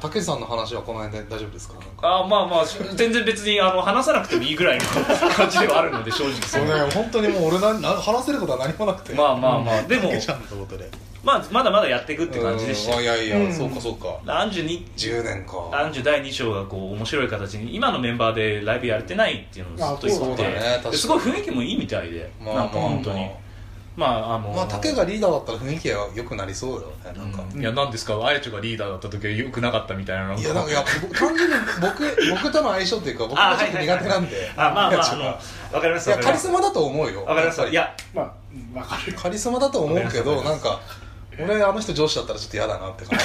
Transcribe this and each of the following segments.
たけしさんの話はこの辺で大丈夫ですかなんかあーまあまあし全然別にあの話さなくてもいいぐらいの感じではあるので正直そそううね本当にもう俺なな話せることは何もなくてまああまあまあでもたけしさんのことでまあまだまだやっていくって感じでしたいよやいや、うんそうかそうかアンジュに10年かアンジュ第2章がこう面白い形に今のメンバーでライブやれてないっていうのをずっと言ってて、あそうだね確かにですごい雰囲気もいいみたいで、まあなまあんか本当にまああのまあ竹がリーダーだったら雰囲気は良くなりそうだよねなんか、うんいや何ですかあやちょがリーダーだった時はよくなかったみたいなのいやなんかいや僕単純に僕 僕との相性っていうか僕がちょっと苦手なんであまあまいやあちょあっのとわかりますいわやカかりまリすスわマだと思うよかりますいやっやまあうんわかるぱりカリスマだと思うけどわかりなまんすか俺あの人上司だったらちょっと嫌だなって 感じ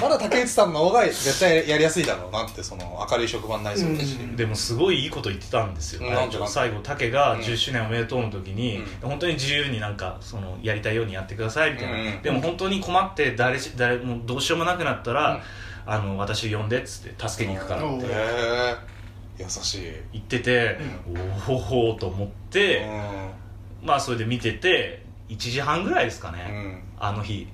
まだ竹内さんの方が絶対やりやすいだろうなってその明るい職場になりそうだし、うんでもすごいいいこと言ってたんですようんなんであの最後竹がうん10周年おめでとうの時に、本当に自由になんかそのやりたいようにやってくださいみたいな、うんでも本当に困って誰し誰もうどうしようもなくなったら、あの私呼んでっつって助けに行くからっへてえ優しい、言ってて、おほほーと思って、まあそれで見てて1時半ぐらいですかうね、ん、うん、あの日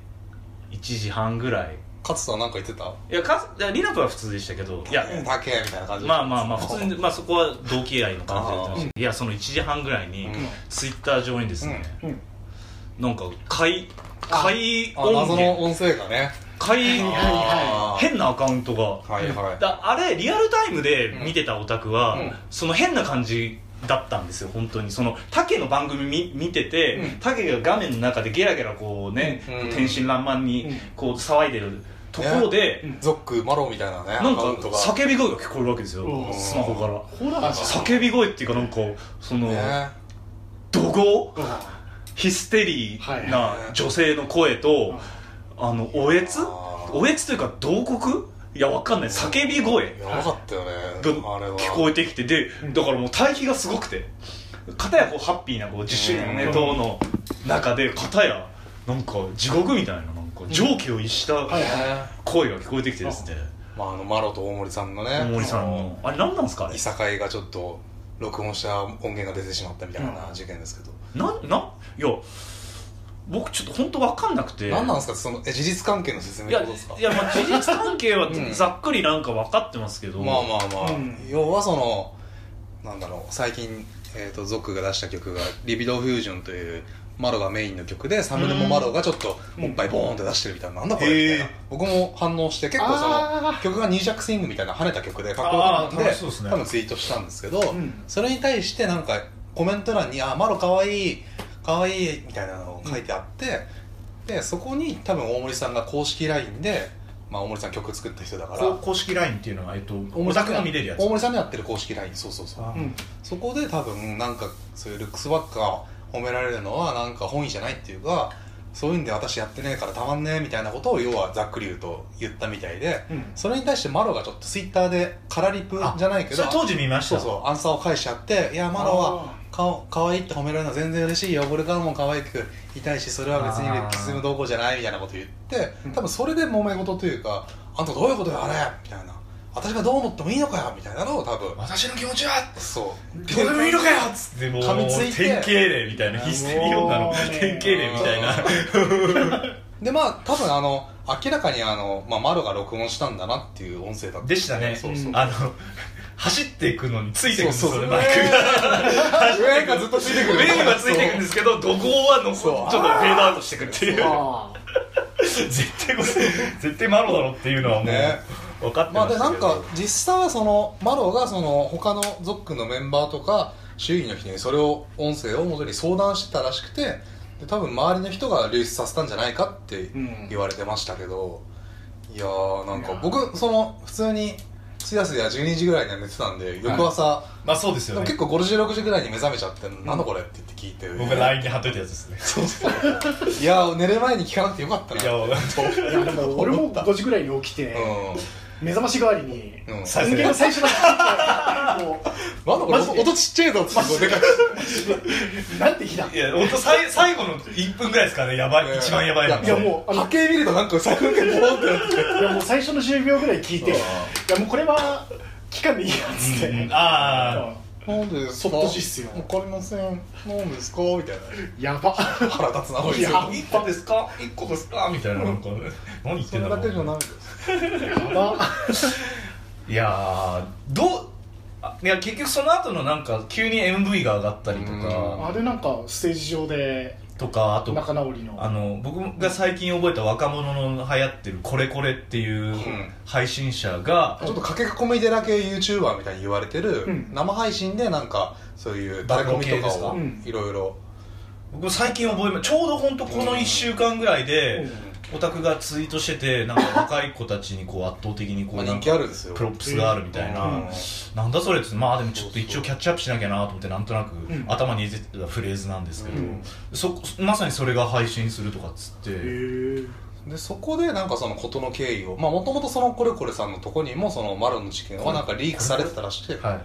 1時半ぐらい勝さんなんか言ってたいやかついやリナップは普通でしたけどいや竹みたいな感じまあまあまあ普通に、まあ、そこは同期愛の感じでやってましたけどいやその1時半ぐらいに、うんツイッター上にですね、うんなんか解解あ音謎の源音声がね解はいは変なアカウントがはいはいだあれリアルタイムで見てたオタクは、うんその変な感じだったんですよ本当にそのタケの番組見見てて、うんタケが画面の中でゲラゲラこうね、うん天真爛漫うにんこう騒いでるところで、うんゾックマロみたいなねなんアカかウントが叫び声が聞こえるわけですようんスマホからホラーじ叫び声っていうかなんかその、ね怒号ゃんヒステリーな女性の声うとん、あのおえつあーおえつというか慟哭いやわかんない叫び声やばかったよねがあれは聞こえてきてでうんだからもう対比がすごくて片やこうハッピーなこう10周年おめでとうの中で片やなんか地獄みたいななんか蒸気を逸したはいはいね声が聞こえてきてですねまああのマロと大森さんのね大森さんのあれ何なんですかああのれいさかいがちょっと録音した音源が出てしまったみたいなうん事件ですけど、なんなんいや僕ちょっと本当わかんなくて何なんですかそのえ事実関係の説明っいてやことですかいやまあ事実関係はうんざっくりなんか分かってますけど、まあまあまあ、うん要はそのなんだろう最近、えー、とゾックが出した曲が「リビドーフュージョン」というマロがメインの曲でサムネもマロがちょっとおっぱいボーンって出してるみたいな、なんだこれみたいなへー僕も反応して結構そあのー曲がニュージャックスイングみたいな跳ねた曲でかっこよかったあんーで楽しそうですね多分ツイートしたんですけど、んそれに対してなんかコメント欄に「あーマロかわいいかわいい」みたいなのを書いてあって、でそこに多分大森さんが公式 LINE で、まあ、大森さん曲作った人だからこ公式 LINE っていうのは、えっと、大森オさタんクが見れるやつ大森さんのやってる公式 LINE そうそうそうあうんそこで多分なんかそういうルックスばっか褒められるのはなんか本意じゃないっていうかそういうんで私やってねえからたまんねえみたいなことを要はざっくり言うと言ったみたいでうんそれに対してマロがちょっとツイッターでカラリプじゃないけそれど当時見ましそたうそうアンサーを返しちゃって「いやマロは顔可愛いって褒められるのは全然嬉しいよこれからも可愛くいたいしそれは別にルッキスムどうこうじゃない」みたいなこと言ってうん多分それで揉め事というか「あんたどういうことよあれ」みたいな「私がどう思ってもいいのかよ」みたいなのを多分私の気持ちはそうどうでもいいのかよっつってもう噛みついて典型例みたいなあヒステリー女のもうね典型例みたいなでまあ多分あの明らかにあの、まあ、マロが録音したんだなっていう音声だったでしたねそうそううんあの走っていくのについてくるんですそうよそうねバイクが 上がずっとついてくるメインはついていくんですけど怒号はのちそうょっとフェードアウトしてくるっていうあ 絶対これ絶対マロだろっていうのはもうね分かってままあしでなたんけかど実際はそのマロがその他のゾックのメンバーとか周囲の人にそれを音声を元に相談してたらしくてで多分周りの人が流出させたんじゃないかってうん言われてましたけど、いやーなんいかやー僕その普通にすやすや12時ぐらいには寝てたんで翌朝、まあそうですでよもね結構5時6時ぐらいに目覚めちゃって「なんだこれ?」って言って聞いて僕 LINE に貼っといたやつですねそうそういやー寝る前に聞かなくてよかったない やあいやでも俺も5時ぐらいに起きてう目覚まし代わりにん、うん、さ音源の最初だけ聞いてもまだこれマジで音ちっちゃいぞってすごいでかくうなんて日だいや本当最最後の1分ぐらいですかねやばい一番やばいのいやもうあの波形見るとなんかさ風景ボーンってなっていやもう最初の10秒ぐらい聞いていうんやもうこれは期間でいいやっつってうんあなんでですそかっとしっすよわかりませんなんですかみたいやばな腹立つなおいいやそ1個ですか1個ですかみたいななんか何言っれてんだだろけじゃうないですやばいやーどうあいや結局その後のなんか急に MV が上がったりとうんかあれなんかステージ上でとかあと仲直りのあの僕が最近覚えた若者の流行ってる「これこれ」っていう配信者が、ちょっと駆け込み寺系 YouTuber みたいに言われてる、うん生配信でなんかそういうタレコミとかを暴露系ですかいろいろ僕最近覚えまちょうど本当この1週間ぐらいでうんオタクがツイートしててなんか若い子たちにこう圧倒的にこまあう人気あるんですよプロップスがあるみたいな、うんなんだそれっつってまあでもちょっと一そうそ応うキャッチアップしなきゃなと思ってなんとなくん頭に入れてたフレーズなんですけど、うんそまさにそれが配信するとかっつって、へえでそこでなんかその事の経緯をまあもともとそのこれこれさんのとこにもそのマロの事件はなんかリークされてたらしくて、はい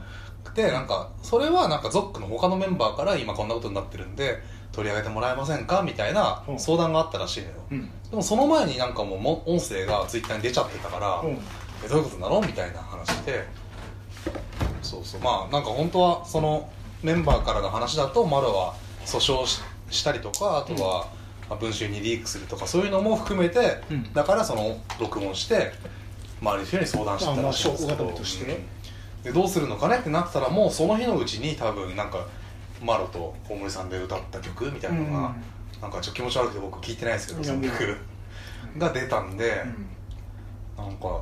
でなんかそれはなんかゾックの他のメンバーから今こんなことになってるんで取り上げてもらえませんかみたいなうん相談があったらしいのよ、うんでもその前になんかもうも音声がツイッターに出ちゃってたから、うんえどういうことなのみたいな話でそうそうまあなんか本当はそのメンバーからの話だとマロは訴訟ししたりとかあとは、まあ文集にリークするとかそういうのも含めて、うんだからその録音して周りの人に相談してたらしいんですけまあまどあ証拠固めとしてうんでどうするのかねってなってたらもうその日のうちに多分なんかマロと大森さんで歌った曲みたいなのが、なんかちょっと気持ち悪くて僕聞いてないですけどいそやのもう曲が出たんで、うんなんか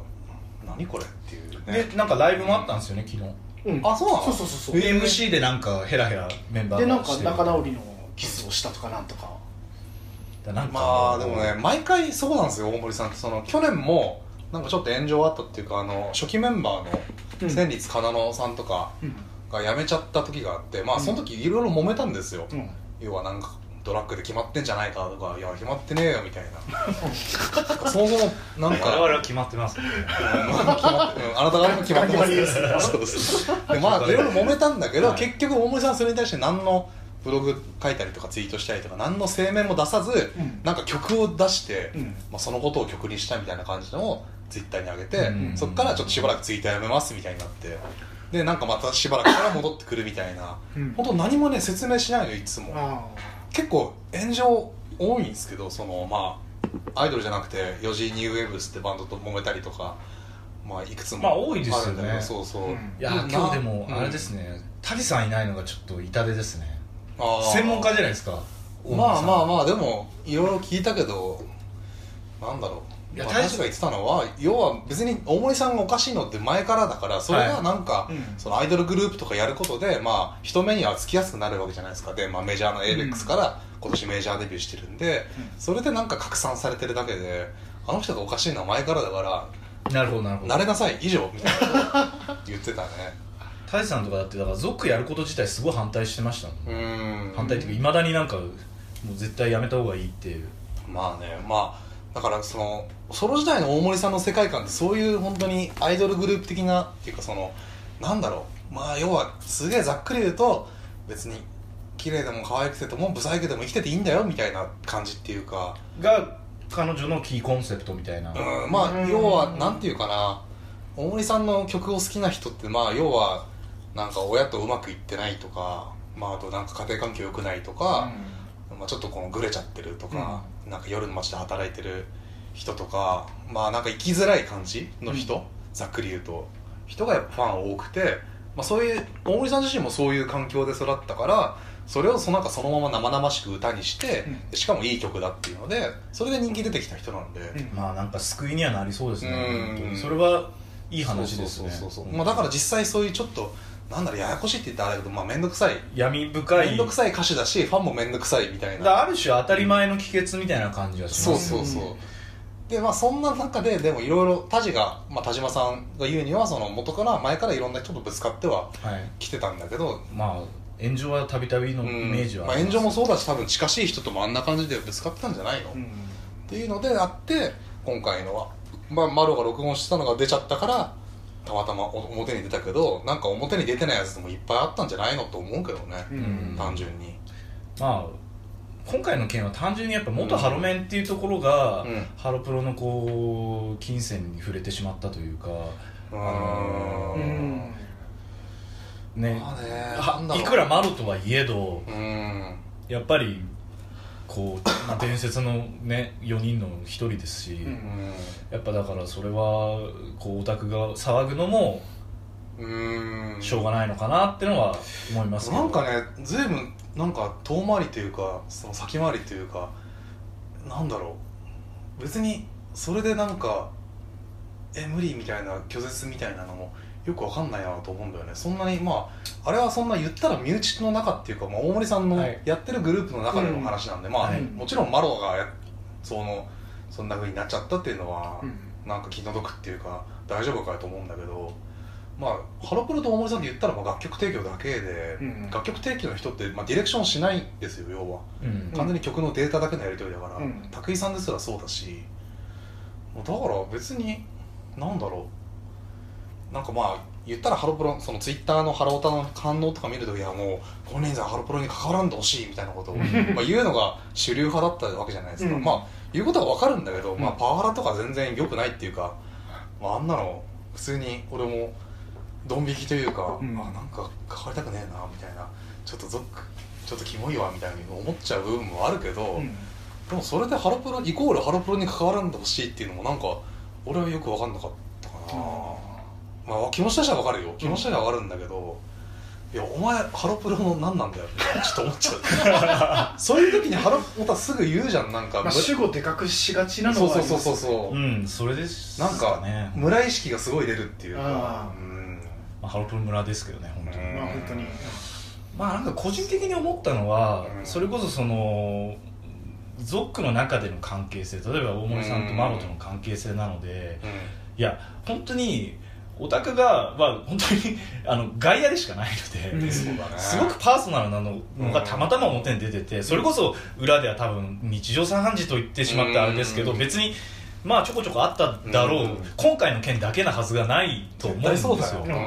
何これっていうねでなんかライブもあったんですよね昨日うんあそうなのそうそうそうそうで MC でなんかヘラヘラメンバーでなんしかて仲直りのキスをしたとかなんとかだなんかまあでもね毎回そうなんですよ大森さんってその去年もなんかちょっと炎上あったっていうかあの初期メンバーうんの千律かなのさんとかうんが辞めちゃった時があってまあその時いろいろ揉めたんですよ、うん要はなんかドラッグで決まってんじゃないかとかいや決まってねえよみたい なそもそもなん我々かは決まってますねまあ決まってうんあなた方も決まってますねそうそうでまあいろいろ揉めたんだけど、はい結局大森さんそれに対して何のブログ書いたりとかツイートしたりとか何の声明も出さず、うんなんか曲を出して、うんまあ、そのことを曲にしたみたいな感じのをツイッターに上げて、うんそっからちょっとしばらくツイッターやめますみたいになってでなんかまたしばらくから戻ってくるみたいな、うん本当何もね説明しないのよいつもあ結構炎上多いんですけどそのまあアイドルじゃなくて4時ニューウェーブスってバンドと揉めたりとかまあいくつもまあ多いですよねあるんだけどそうそう、うんいやーな今日でもあれですうんね、タリさんいないのがちょっと痛手ですねあー専門家じゃないですかまあまああまあでもいろいろ聞いたけどなんだろういや大私しが言ってたのは要は別に大森さんがおかしいのって前からだからそれがなんか、うんそのアイドルグループとかやることで、まあ、人目にはつきやすくなるわけじゃないですかで、まあ、メジャーの ABEX から今年メジャーデビューしてるんで、それでなんか拡散されてるだけであの人がおかしいのは前からだからなるほどなるほど慣れなさい以上みたいなことを言ってたねタリさんとかだってだからゾックやること自体すごい反対してましたもんうーん反対っていうかいまだになんかもう絶対やめた方がいいっていうまあねまあだからそのソロ時代の大森さんの世界観ってそういう本当にアイドルグループ的なっていうかそのなんだろうまあ要はすげえざっくり言うと別に綺麗でも可愛くてもブサイクでも生きてていいんだよみたいな感じっていうか、が彼女のキーコンセプトみたいな、うん、まあうん要はなんていうかな大森さんの曲を好きな人ってまあ要はなんか親とうまくいってないとかまああとなんか家庭環境良くないとか、まあ、ちょっとこのグレちゃってるとか、なんか夜の街で働いてる人とかまあなんか生きづらい感じの人、ざっくり言うと人がやっぱファン多くて、まあ、そういう大森さん自身もそういう環境で育ったからそれをそのなんかそのまま生々しく歌にして、しかもいい曲だっていうのでそれで人気出てきた人なんで、うんまあなんか救いにはなりそうですねうん本当にそれはいい話ですねそうそうそうそうまあ、だから実際そういうちょっとなんだろうややこしいって言ったらあれだけど、まあ、面倒くさい闇深い面倒くさい歌手だしファンも面倒くさいみたいだなからある種当たり前の帰結みたいな感じがしそまうすそうそう、うんでまあそんな中ででもいろいろ田地が、まあ、田島さんが言うにはその元から前からいろんな人とぶつかってははい来てたんだけど、まあ炎上はたびたびうのイんメージはまあ、り炎す上もそうだし多分近しい人ともあんな感じでぶつかってたんじゃないの、うっんていうのであって今回のは、まあ、マロが録音してたのが出ちゃったからたまたま表に出たけどなんか表に出てないやつもいっぱいあったんじゃないのと思うけどね、ううん単純にまあ今回の件は単純にやっぱ元ハロメンっていうところが、うんハロプロのこう金銭に触れてしまったというかううんんね,まあねは、なんだろういくらマロとはいえどうんやっぱりここう、まあ、伝説のね4人の1人ですし、うんやっぱだからそれはこうオタクが騒ぐのもうんうんしょうがないのかなってのは思いますけどなんかねずいぶんなんか遠回りというかその先回りというかなんだろう別にそれでなんかえ無理みたいな拒絶みたいなのもよくわかんないなと思うんだよねそんなにまああれはそんな言ったら身内の中っていうか、まあ、大森さんのはいやってるグループの中での話なんで、まあ、はいもちろんマロがやそのそんな風になっちゃったっていうのは、うんなんか気の毒っていうか大丈夫かよと思うんだけどまあハロプロと大森さんって言ったらまあ楽曲提供だけで、うん楽曲提供の人って、まあ、ディレクションしないんですよ要はうん完全に曲のデータだけのやり取りだからうん拓井、さんですらそうだしだから別になんだろうなんかまあ言ったらハロプロそのツイッターのハロータの反応とか見るといやもう本人さんハロプロに関わらんでほしいみたいなことをうんまあ言うのが主流派だったわけじゃないですか、うんまあ言うことはわかるんだけど、まあうんパワハラとか全然良くないっていうか、まあ、あんなの普通に俺もドン引きというか、うんあなんか関わりたくねえなみたいなちょっとゾックちょっとキモいわみたいに思っちゃう部分もあるけど、うんでもそれでハロプロイコールハロプロに関わらんでほしいっていうのもなんか俺はよく分かんなかったかな、まあ気持ちとしては分かるよ気持ちとしては分かるんだけど、いやお前ハロプロの何なんだよってちょっと思っちゃうそういう時にハロプロたすぐ言うじゃんなんか、まあ主語でかくしがちなそのうはそうそうそううそう、うんそれですなんかね、ま村意識がすごい出るっていうかあーうんあ、ハロプロ村ですけどね本当に、うんまあ本当にまあなんか個人的に思ったのは、うんそれこそそのゾックの中での関係性例えば大森さんとマロとの関係性なので、うんいや本当にオタクが、まあ、本当に あの外野でしかないので、うんそうだねすごくパーソナルなのがたまたま表に出てて、それこそ裏では多分日常茶飯事と言ってしまってあれですけど、うん別にまあちょこちょこあっただろう、うん今回の件だけなはずがないと思うんですよ絶対そうだよ、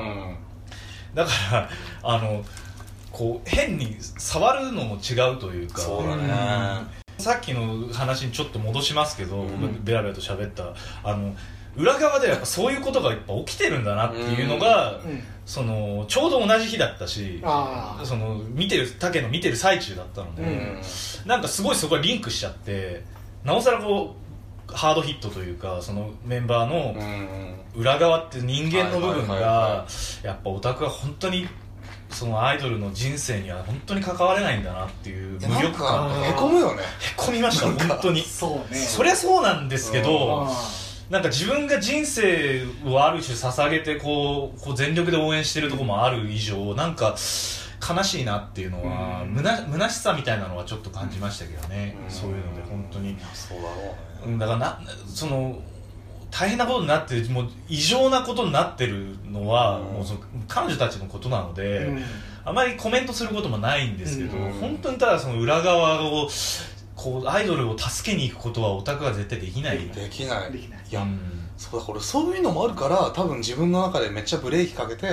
だからあのこう変に触るのも違うというかそうだね、さっきの話にちょっと戻しますけど、うん僕ベラベラと喋ったあの裏側ではやっぱそういうことがやっぱ起きてるんだなっていうのが、うんそのちょうど同じ日だったしああその見てる竹の見てる最中だったので、うんなんかすごいそこがリンクしちゃってなおさらこうハードヒットというかそのメンバーの、うん裏側って人間の部はい分はいはいがはやっぱオタクは本当にそのアイドルの人生には本当に関われないんだなっていうい無やなん力感かがへこむよねへこみましたなんか本当にそうねそりゃそうなんですけどあなんか自分が人生をある種捧げてこうこう全力で応援してるとこもある以上なんか悲しいなっていうのはうんむな虚しさみたいなのはちょっと感じましたけどねそういうので本当にそうだろううねんだからなその大変なことになってるもう異常なことになってるのは、うんもうその彼女たちのことなのあで、うんあまりコメントすることもないんですけど、うん本当にただその裏側をこうアイドルを助けに行くことはオタクは絶対できないできないできないいや、うんそうだからそういうのもあるから多分自分の中でめっちゃブレーキかけて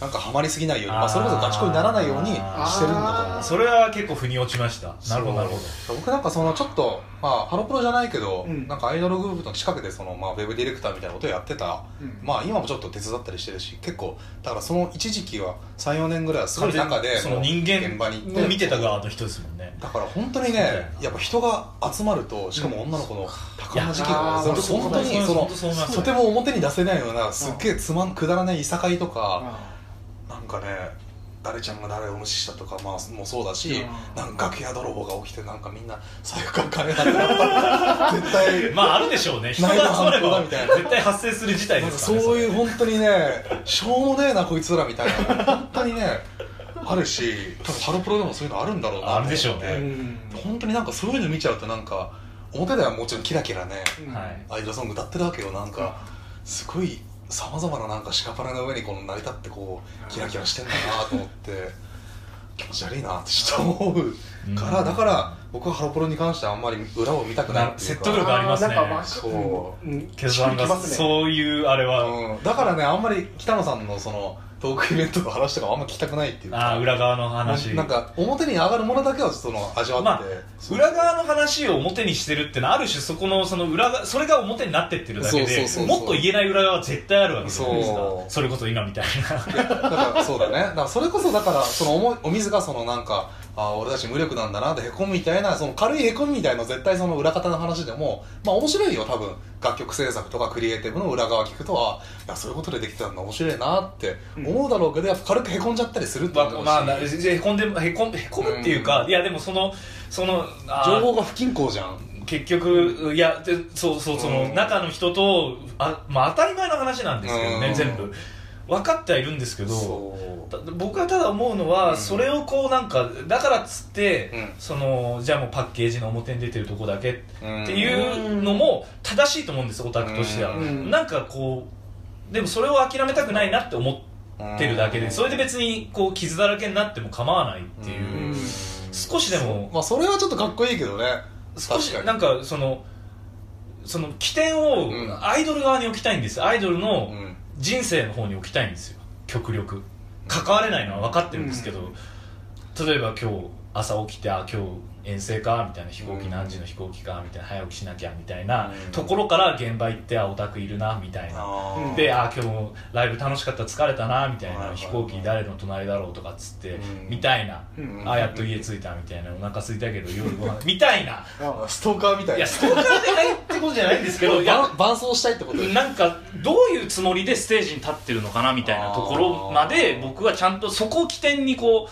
なんかハマりすぎないようにまああ、ーそれこそガチ恋にならないようにしてるんだあそれは結構腑に落ちましたそうなるほどなるほどと思う僕なんかそのちょっと、まあ、ハロプロじゃないけど、うんなんかアイドルグループの近くでその、まあ、ウェブディレクターみたいなことをやってたうんまあ今もちょっと手伝ったりしてるし結構だからその一時期は34年ぐらいはすごい中でその人間現場に行ってを見てた側の人ですもんねだから本当にそうだよねなやっぱ人が集まるとしかも女の子の多感な時期がいやーそれ本当にそそうのそうそうとても表に出せないようなすっげえつまんくだらないいさかいとかあなんかね誰ちゃんが誰を無視したとかまあもうそうだしうんなんか楽屋泥棒が起きてなんかみんな最悪から金なくなった絶対まああるでしょ うね人がないな集まれば本当だみたいな絶対発生する事態なんでかすからねそうれいう本当にねしょうもねえなこいつらみたいな本当にねあるし多分ハロプロでもそういうのあるんだろうなと思ってあるでしょうねあうん本当になんかそういうの見ちゃうとなんか表ではもちろんキラキラねうんはいアイドルソング歌ってるわけよなんかすごいさまざまななんか屍の上にこの成り立ってこうキラキラしてんだなと思って気持ち悪いなってちょっと思うから、うんだから僕はハロプロに関してはあんまり裏を見たくないっていうか説得力ありますねなんかわかそうんケズさんが聞きますねそういうあれは、うん、だからねあんまり北野さんのそのトークイベントの話とかあんま聞きたくないっていうかあー裏側の話なんか表に上がるものだけをその味わって、まあ裏側の話を表にしてるってのはある種そこのその裏がそれが表になってってるだけでそうそうそうそうもっと言えない裏側は絶対あるわけじゃないですかそそうれこそ今みたいなだからそうだねだからそれこそだからそのおもお水がそのなんかあー俺たち無力なんだなってへこむみたいなその軽いへこみみたいな絶対その裏方の話でもまあ面白いよ多分楽曲制作とかクリエイティブの裏側聞くとあーいやそういうことでできてたんだ面白いなって思うだろうけど、やっぱ軽くへこんじゃったりするって ま思うあし、 まあな、へこんでへこんへこむっていうか、いやでもそのそのあー情報が不均衡じゃん結局いやでそうそうその、うん中の人とあ、まあ、当たり前の話なんですけどね、うん全部分かってはいるんですけどそうた僕がただ思うのは、うんそれをこうなんかだからっつって、うんそのじゃあもうパッケージの表に出てるとこだけっうんていうのも正しいと思うんですオタクとしては、うんなんかこうでもそれを諦めたくないなって思ってるだけでそれで別にこう傷だらけになっても構わないっていう、うん少しでもまあそれはちょっとかっこいいけどね少し確かなんかそのその起点をうんアイドル側に置きたいんですアイドルに、うのん人生の方に置きたいんですよ極力関われないのは分かってるんですけど、例えば今日朝起きてあ今日遠征かみたいな飛行機うん何時の飛行機かみたいな早起きしなきゃみたいなうんところから現場行ってあオタクいるなみたいなあーであ今日もライブ楽しかった疲れたなみたいはいはいなはい飛行機誰の隣だろうとかっつってうんみたいなうんあやっと家着いたみたいなお腹空いたけど夜ご飯みたいなあストーカーみたいないや、ストーカーじゃないってことじゃないんですけど、いやば、ん伴走したいってことでしょなんか、どういうつもりでステージに立ってるのかなみたいなところまで、あー僕はちゃんとそこを起点にこう、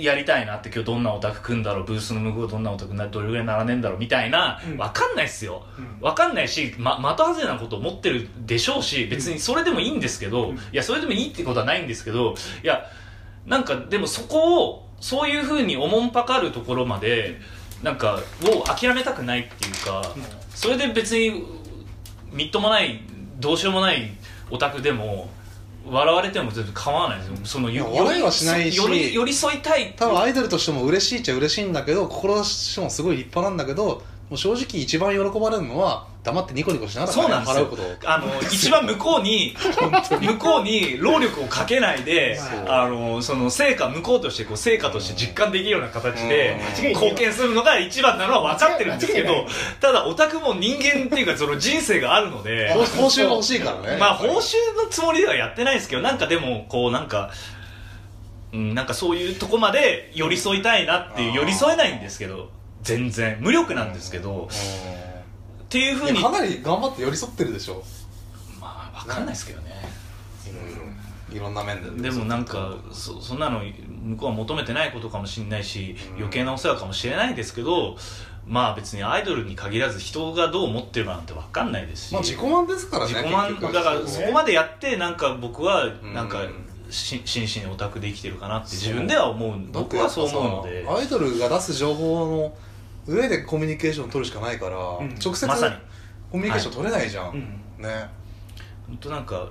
やりたいなって、今日どんなオタク組んだろう、ブースの向こうどんなオタクになどれぐらい並んでんだろうみたいなう、んわかんないっすよ。うんわかんないし、ま、的外れなことを持ってるでしょうし、別にそれでもいいんですけど、うんいや、それでもいいってことはないんですけど、いや、なんかでもそこをそういうふうにおもんぱかるところまでなんかを諦めたくないっていうかそれで別にみっともないどうしようもないオタクでも笑われても全然構わないんですよそのよいや笑いはしないしより寄り添いたい多分アイドルとしても嬉しいっちゃ嬉しいんだけど志もすごい立派なんだけどもう正直一番喜ばれるのは黙ってニコニコしながらそうなんです払うよことあの一番向こうに向こうに労力をかけないでそうあのその成果向こうとしてこう成果として実感できるような形でうん間違いない貢献するのが一番なのは分かってるんですけ間違いどただオタクも人間っていうかその人生があるので報報酬が欲しいからねまあ報酬のつもりではやってないですけどなんかでもこうなんか。うん、なんかそういうとこまで寄り添いたいなっていうあー寄り添えないんですけど全然無力なんですけどっていうふううんいにやかなり頑張って寄り添ってるでしょまあ分かんないですけどねいろいろいろんな面ででもなんかそそんなの向こうは求めてないことかもしれないし余計なお世話かもしれないですけどまあ別にアイドルに限らず人がどう思ってるかなんて分かんないですし、まあ自己満ですからね自己満結局だからそこまでやってなんか僕はんなんかし真摯にオタクで生きてるかなって自分では思うだって僕やっはぱさそう思うのでアイドルが出す情報の上でコミュニケーション取るしかないから、ん直接まさにコミュニケーション取れないじゃん、うんね本当なんか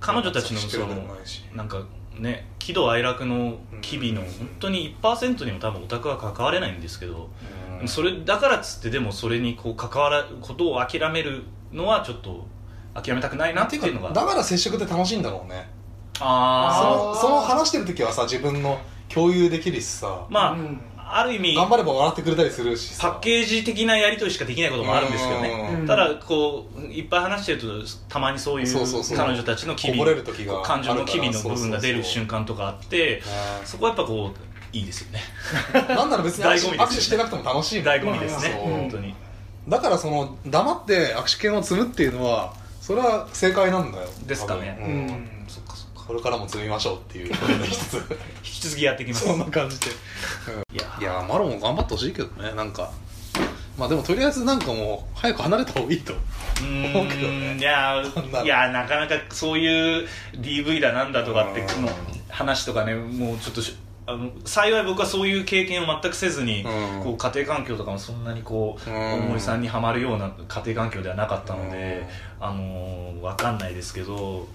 彼女たちの知ってそるわのけでもないしなんかね喜怒哀楽の機微のうん本当に1%にも多分オタクは関われないんですけど、うんそれだからっつってでもそれにこう関わらことを諦めるのはちょっと諦めたくないなっていうのがだから接触って楽しいんだろうねそあのその話してる時はさ自分の共有できるしさあまあ、うんある意味頑張れば笑ってくれたりするしパさッケージ的なやり取りしかできないこともあるんですけどねうんうんただこういっぱい話してるとたまにそういうそうそうそう彼女たちの機微こぼれる時があるから感情の機微の部分が出る瞬間とかあってねそこはやっぱこういいですよ ねなんなら別に握手醍醐味ですよね握手してなくても楽しいもん醍醐味ですねそう本当にだからその黙って握手券を積むっていうのはそれは正解なんだよですかね多う分うんんそっかそっかこれからも積みましょうっていうことの一つ 引き続きやっていきますそんな感じでいやいやーマロも頑張ってほしいけどねなんかまあでもとりあえずなんかもう早く離れた方がいいとう思うけどねーんいやそんなのいやなかなかそういう DV だなんだとかってうんの話とかねもうちょっとしあの幸い僕はそういう経験を全くせずに、うんこう家庭環境とかもそんなにこう、うん大森さんにはまるような家庭環境ではなかったので、あのー、わかんないですけど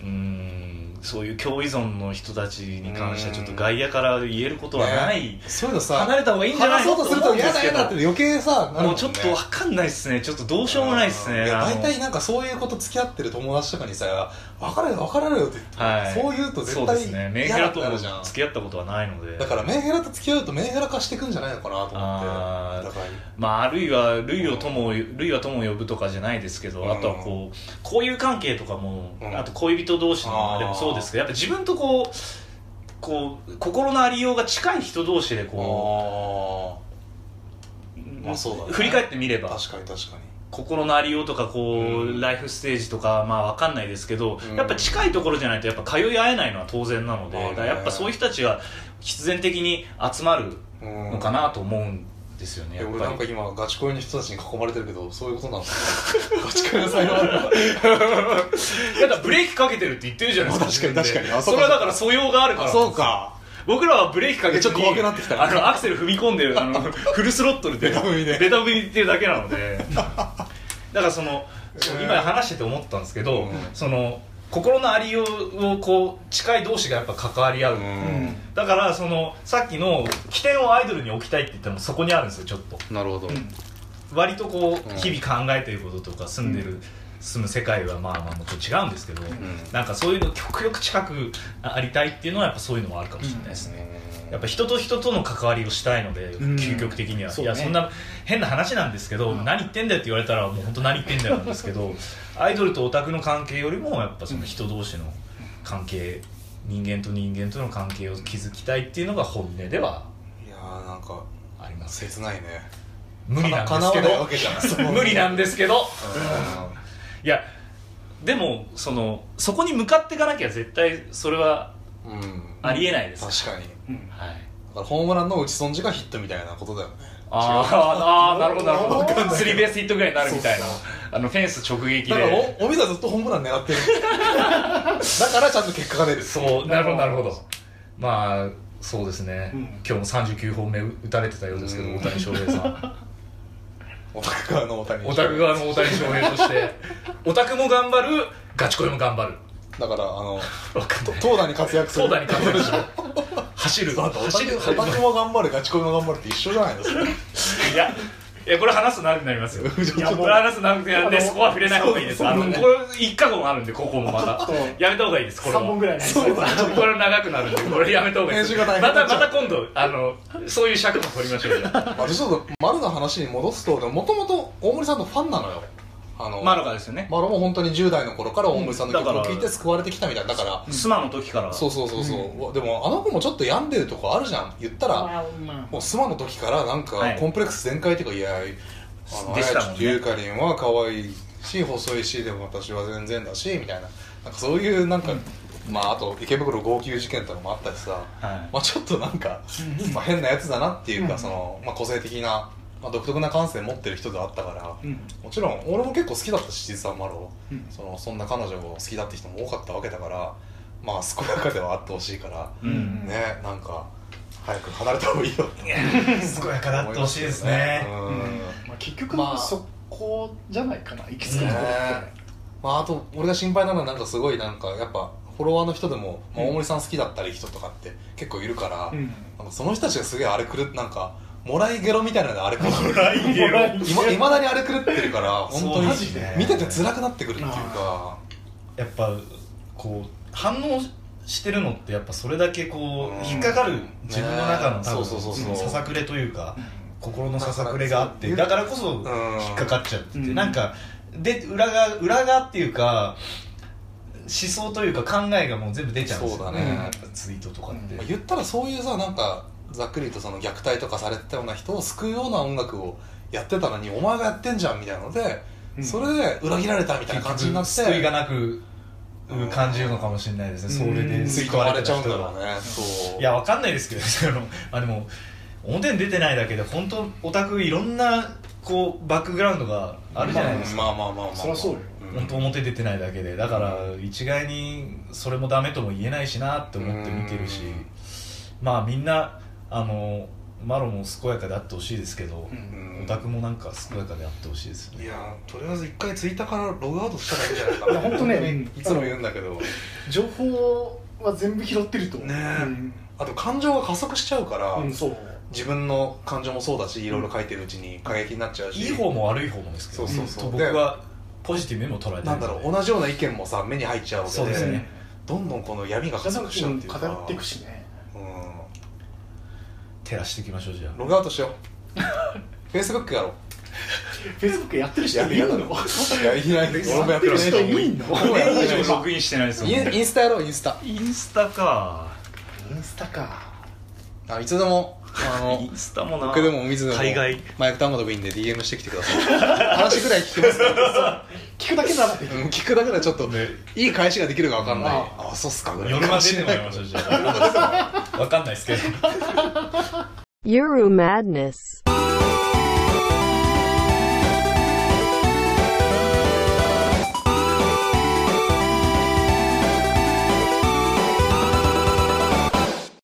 うーんそういう共依存の人たちに関してはちょっと外野から言えることはない、ねそういうのさ離れた方がいいんじゃない話そうとすると嫌だ嫌だっとて思うんです余計さけどもうちょっとわかんないですねちょっとどうしようもないですねいやあの大体なんかそういうこと付き合ってる友達とかにさ別れろよ別れろよって言って、はい、そう言うと絶そう対ですねメンヘ嫌だっラてとなもるじゃん付き合ったことはないのでだからメンヘラと付き合うとメンヘラ化していくんじゃないのかなとあー思ってだからまああるいは類を友を類は友を呼ぶとかじゃないですけど、うんあとはこう交友関係とかも、うんあと恋人同士あーのあれもそうですけどやっぱ自分とこうこう心のありようが近い人同士でこあうまあそうだね振り返ってみあれば確かに確かに心のありようとかこう、うんライフステージとかまあわかんないですけど、うんやっぱ近いところじゃないとやっぱ通い合えないのは当然なので、まあねだからやっぱそういう人たちが必然的に集まるうんのかなと思うんですよね、え俺やなっんぱかり今ガチ恋の人たちに囲まれてるけどそういうことなの かなガチ恋の才能あるの だからブレーキかけてるって言ってるじゃないですかまあ確かに自分確でかにあそそうかれはだから素養があるからか僕らはブレーキかけちょずにっと怖くなってきたねあのアクセル踏み込んで あのフルスロットルでベタ踏みでベタ踏みっていうだけなので だからそのそう今話してて思ったんですけど、うんその心のありようをこう近い同士がやっぱ関わり合う、うんだからそのさっきの起点をアイドルに置きたいって言ったのもそこにあるんですよちょっとなるほど割とこううん日々考えていることとか住んでる、住む世界はまあまあもちろん違うんですけど、なんかそういうの極力近くありたいっていうのはやっぱそういうのもあるかもしれないですね、やっぱ人と人との関わりをしたいので、うん究極的には、そういねやそんな変な話なんですけど、うん何言ってんだよって言われたらもう本当何言ってんだよなんですけどアイドルとオタクの関係よりもやっぱその人同士の関係人間と人間との関係を築きたいっていうのが本音ではいやーなんかあります切ないね無理なんでかなすわけないわけどじゃんそう 無理なんですけどうんいやでもそのそこに向かっていかなきゃ絶対それはうんありえないです、確かにだうんはいからホームランの打ち損じがヒットみたいなことだよねあーあーなるほどなるわかほんどないスリーベースヒットぐらいになるみたいなあのフェンス直撃だからでおおみだずっとホームラン狙ってるだからちゃんと結果が 出るそうなるほどなるほどまあそうですね、うん今日も39本目打たれてたようですけど、うん大谷翔平さんオタク側の大谷オタク側の大谷翔平としてオタクも頑張るガチ恋も頑張るだからあのわかんない投打に活躍する投打に勝てるでしょ走るそうあとオタ走るクオタクも頑張るガチ恋も頑張るって一緒じゃないです かいやいやこれ話すと長くなりますちよょっといやこれ話すと長くなるんであのそこは触れない方がいいですあのそうこねれ一過言あるんでここもまたそうやめた方がいいですこれ3も本ぐらいねそうだ これ長くなるんでこれやめた方がいいです編集が大変まになたっちゃまうた今度あのそういう尺も取りましょうよまあちょっと丸の話に戻すともともと大森さんのファンなのよあの マロがですよねマロも本当に10代の頃から大森さんの曲うんだをから聴いて救われてきたみたいだからスマの時からそうそうそうそう、でもあの子もちょっと病んでるとこあるじゃん言ったらもうスマの時からなんかはいコンプレックス全開っていうかいやあのでしたもあんねやちゆかりんは可愛いし細いしでも私は全然だしみたいななんかそういうなんか、まああと池袋号泣事件とかもあったりさ、はまあ、ちょっとなんか、まあ、変なやつだなっていうか、そのまあ、個性的な、まあ、独特な感性持ってる人ではあったから、もちろん俺も結構好きだったし実はマロ、うんそのそんな彼女が好きだって人も多かったわけだからまあ健やかではあってほしいから、い、うん、ねなんか早く離れた方がいいよって健やかだってほしいですうねんまあ結局まあそこじゃないかな行き着くねとこまあ、あと俺が心配なのはなんかすごいなんかやっぱフォロワーの人でも、まあ、大森さん好きだったり人とかって結構いるから、うんなんかその人たちがすげえ荒れ狂ってなんかもらいゲロみたいなので荒れ狂ってるいよいまだに荒れ狂ってるから本当にマジで見てて辛くなってくるっていうかやっぱこう反応してるのってやっぱそれだけこうんう引っかかる自分の中のね多分そうそうそうそうささくれというか心のささくれがあってだだからこそん引っかかっちゃってて、うんなんかで裏側裏側っていうか思想というか考えがもう全部出ちゃうんですよそうだねやっぱツイートとかって、まあ言ったらそういうさなんかざっくりとその虐待とかされてたような人を救うような音楽をやってたのにお前がやってんじゃんみたいなので、うんそれで裏切られたみたいな感じになって救いがなく感じるのかもしれないですね、それでうん吸い救込まわれれちゃたうん人だがろうねそういいやわかんないですけどその あでも表に出てないだけで本当オタクいろんなこうバックグラウンドがあるじゃないですか、まあまあまあまあ、まあ、そりゃそうよん本当表出てないだけでだから一概にそれもダメとも言えないしなって思って見てるうしんまあみんなあのマロも健やかであってほしいですけどう、んうんオタクもなんか健やかであってほしいですよいねやとりあえず一回ツイッターからログアウトしたらいいんじゃないかいやな本当ねいつも言うんだけど情報は全部拾ってるとねえあと感情が加速しちゃうから、うんうんそう自分の感情もそうだしいろいろ書いてるうちに過激になっちゃうしいい方も悪い方もですけどそうそうそうと僕はポジティブにも捉えてるなんだろう同じような意見もさ目に入っちゃうわけそうでですねどんどんこの闇が加じゃ速なくしちゃうっていうか偏っていくしねうん照らしていきましょうじゃあログアウトしよ うフェイスブックやろうフェイスブックやってる人いるのいやいない俺もやってるしやってる人いんの俺もやってるしインしてないでインインスタやろうインスタインスタかインスタかあいつでもあイのンスタもな僕でもお水でも海外マイク・タンマドビンで DM してきてください話ぐらい聞きますから聞くだけならでうん聞くだけでちょっとねいい返しができるかわかんないうんあそうっすかぐらい夜まで出てもらいましょうじゃあわかんないですけど Euro madness.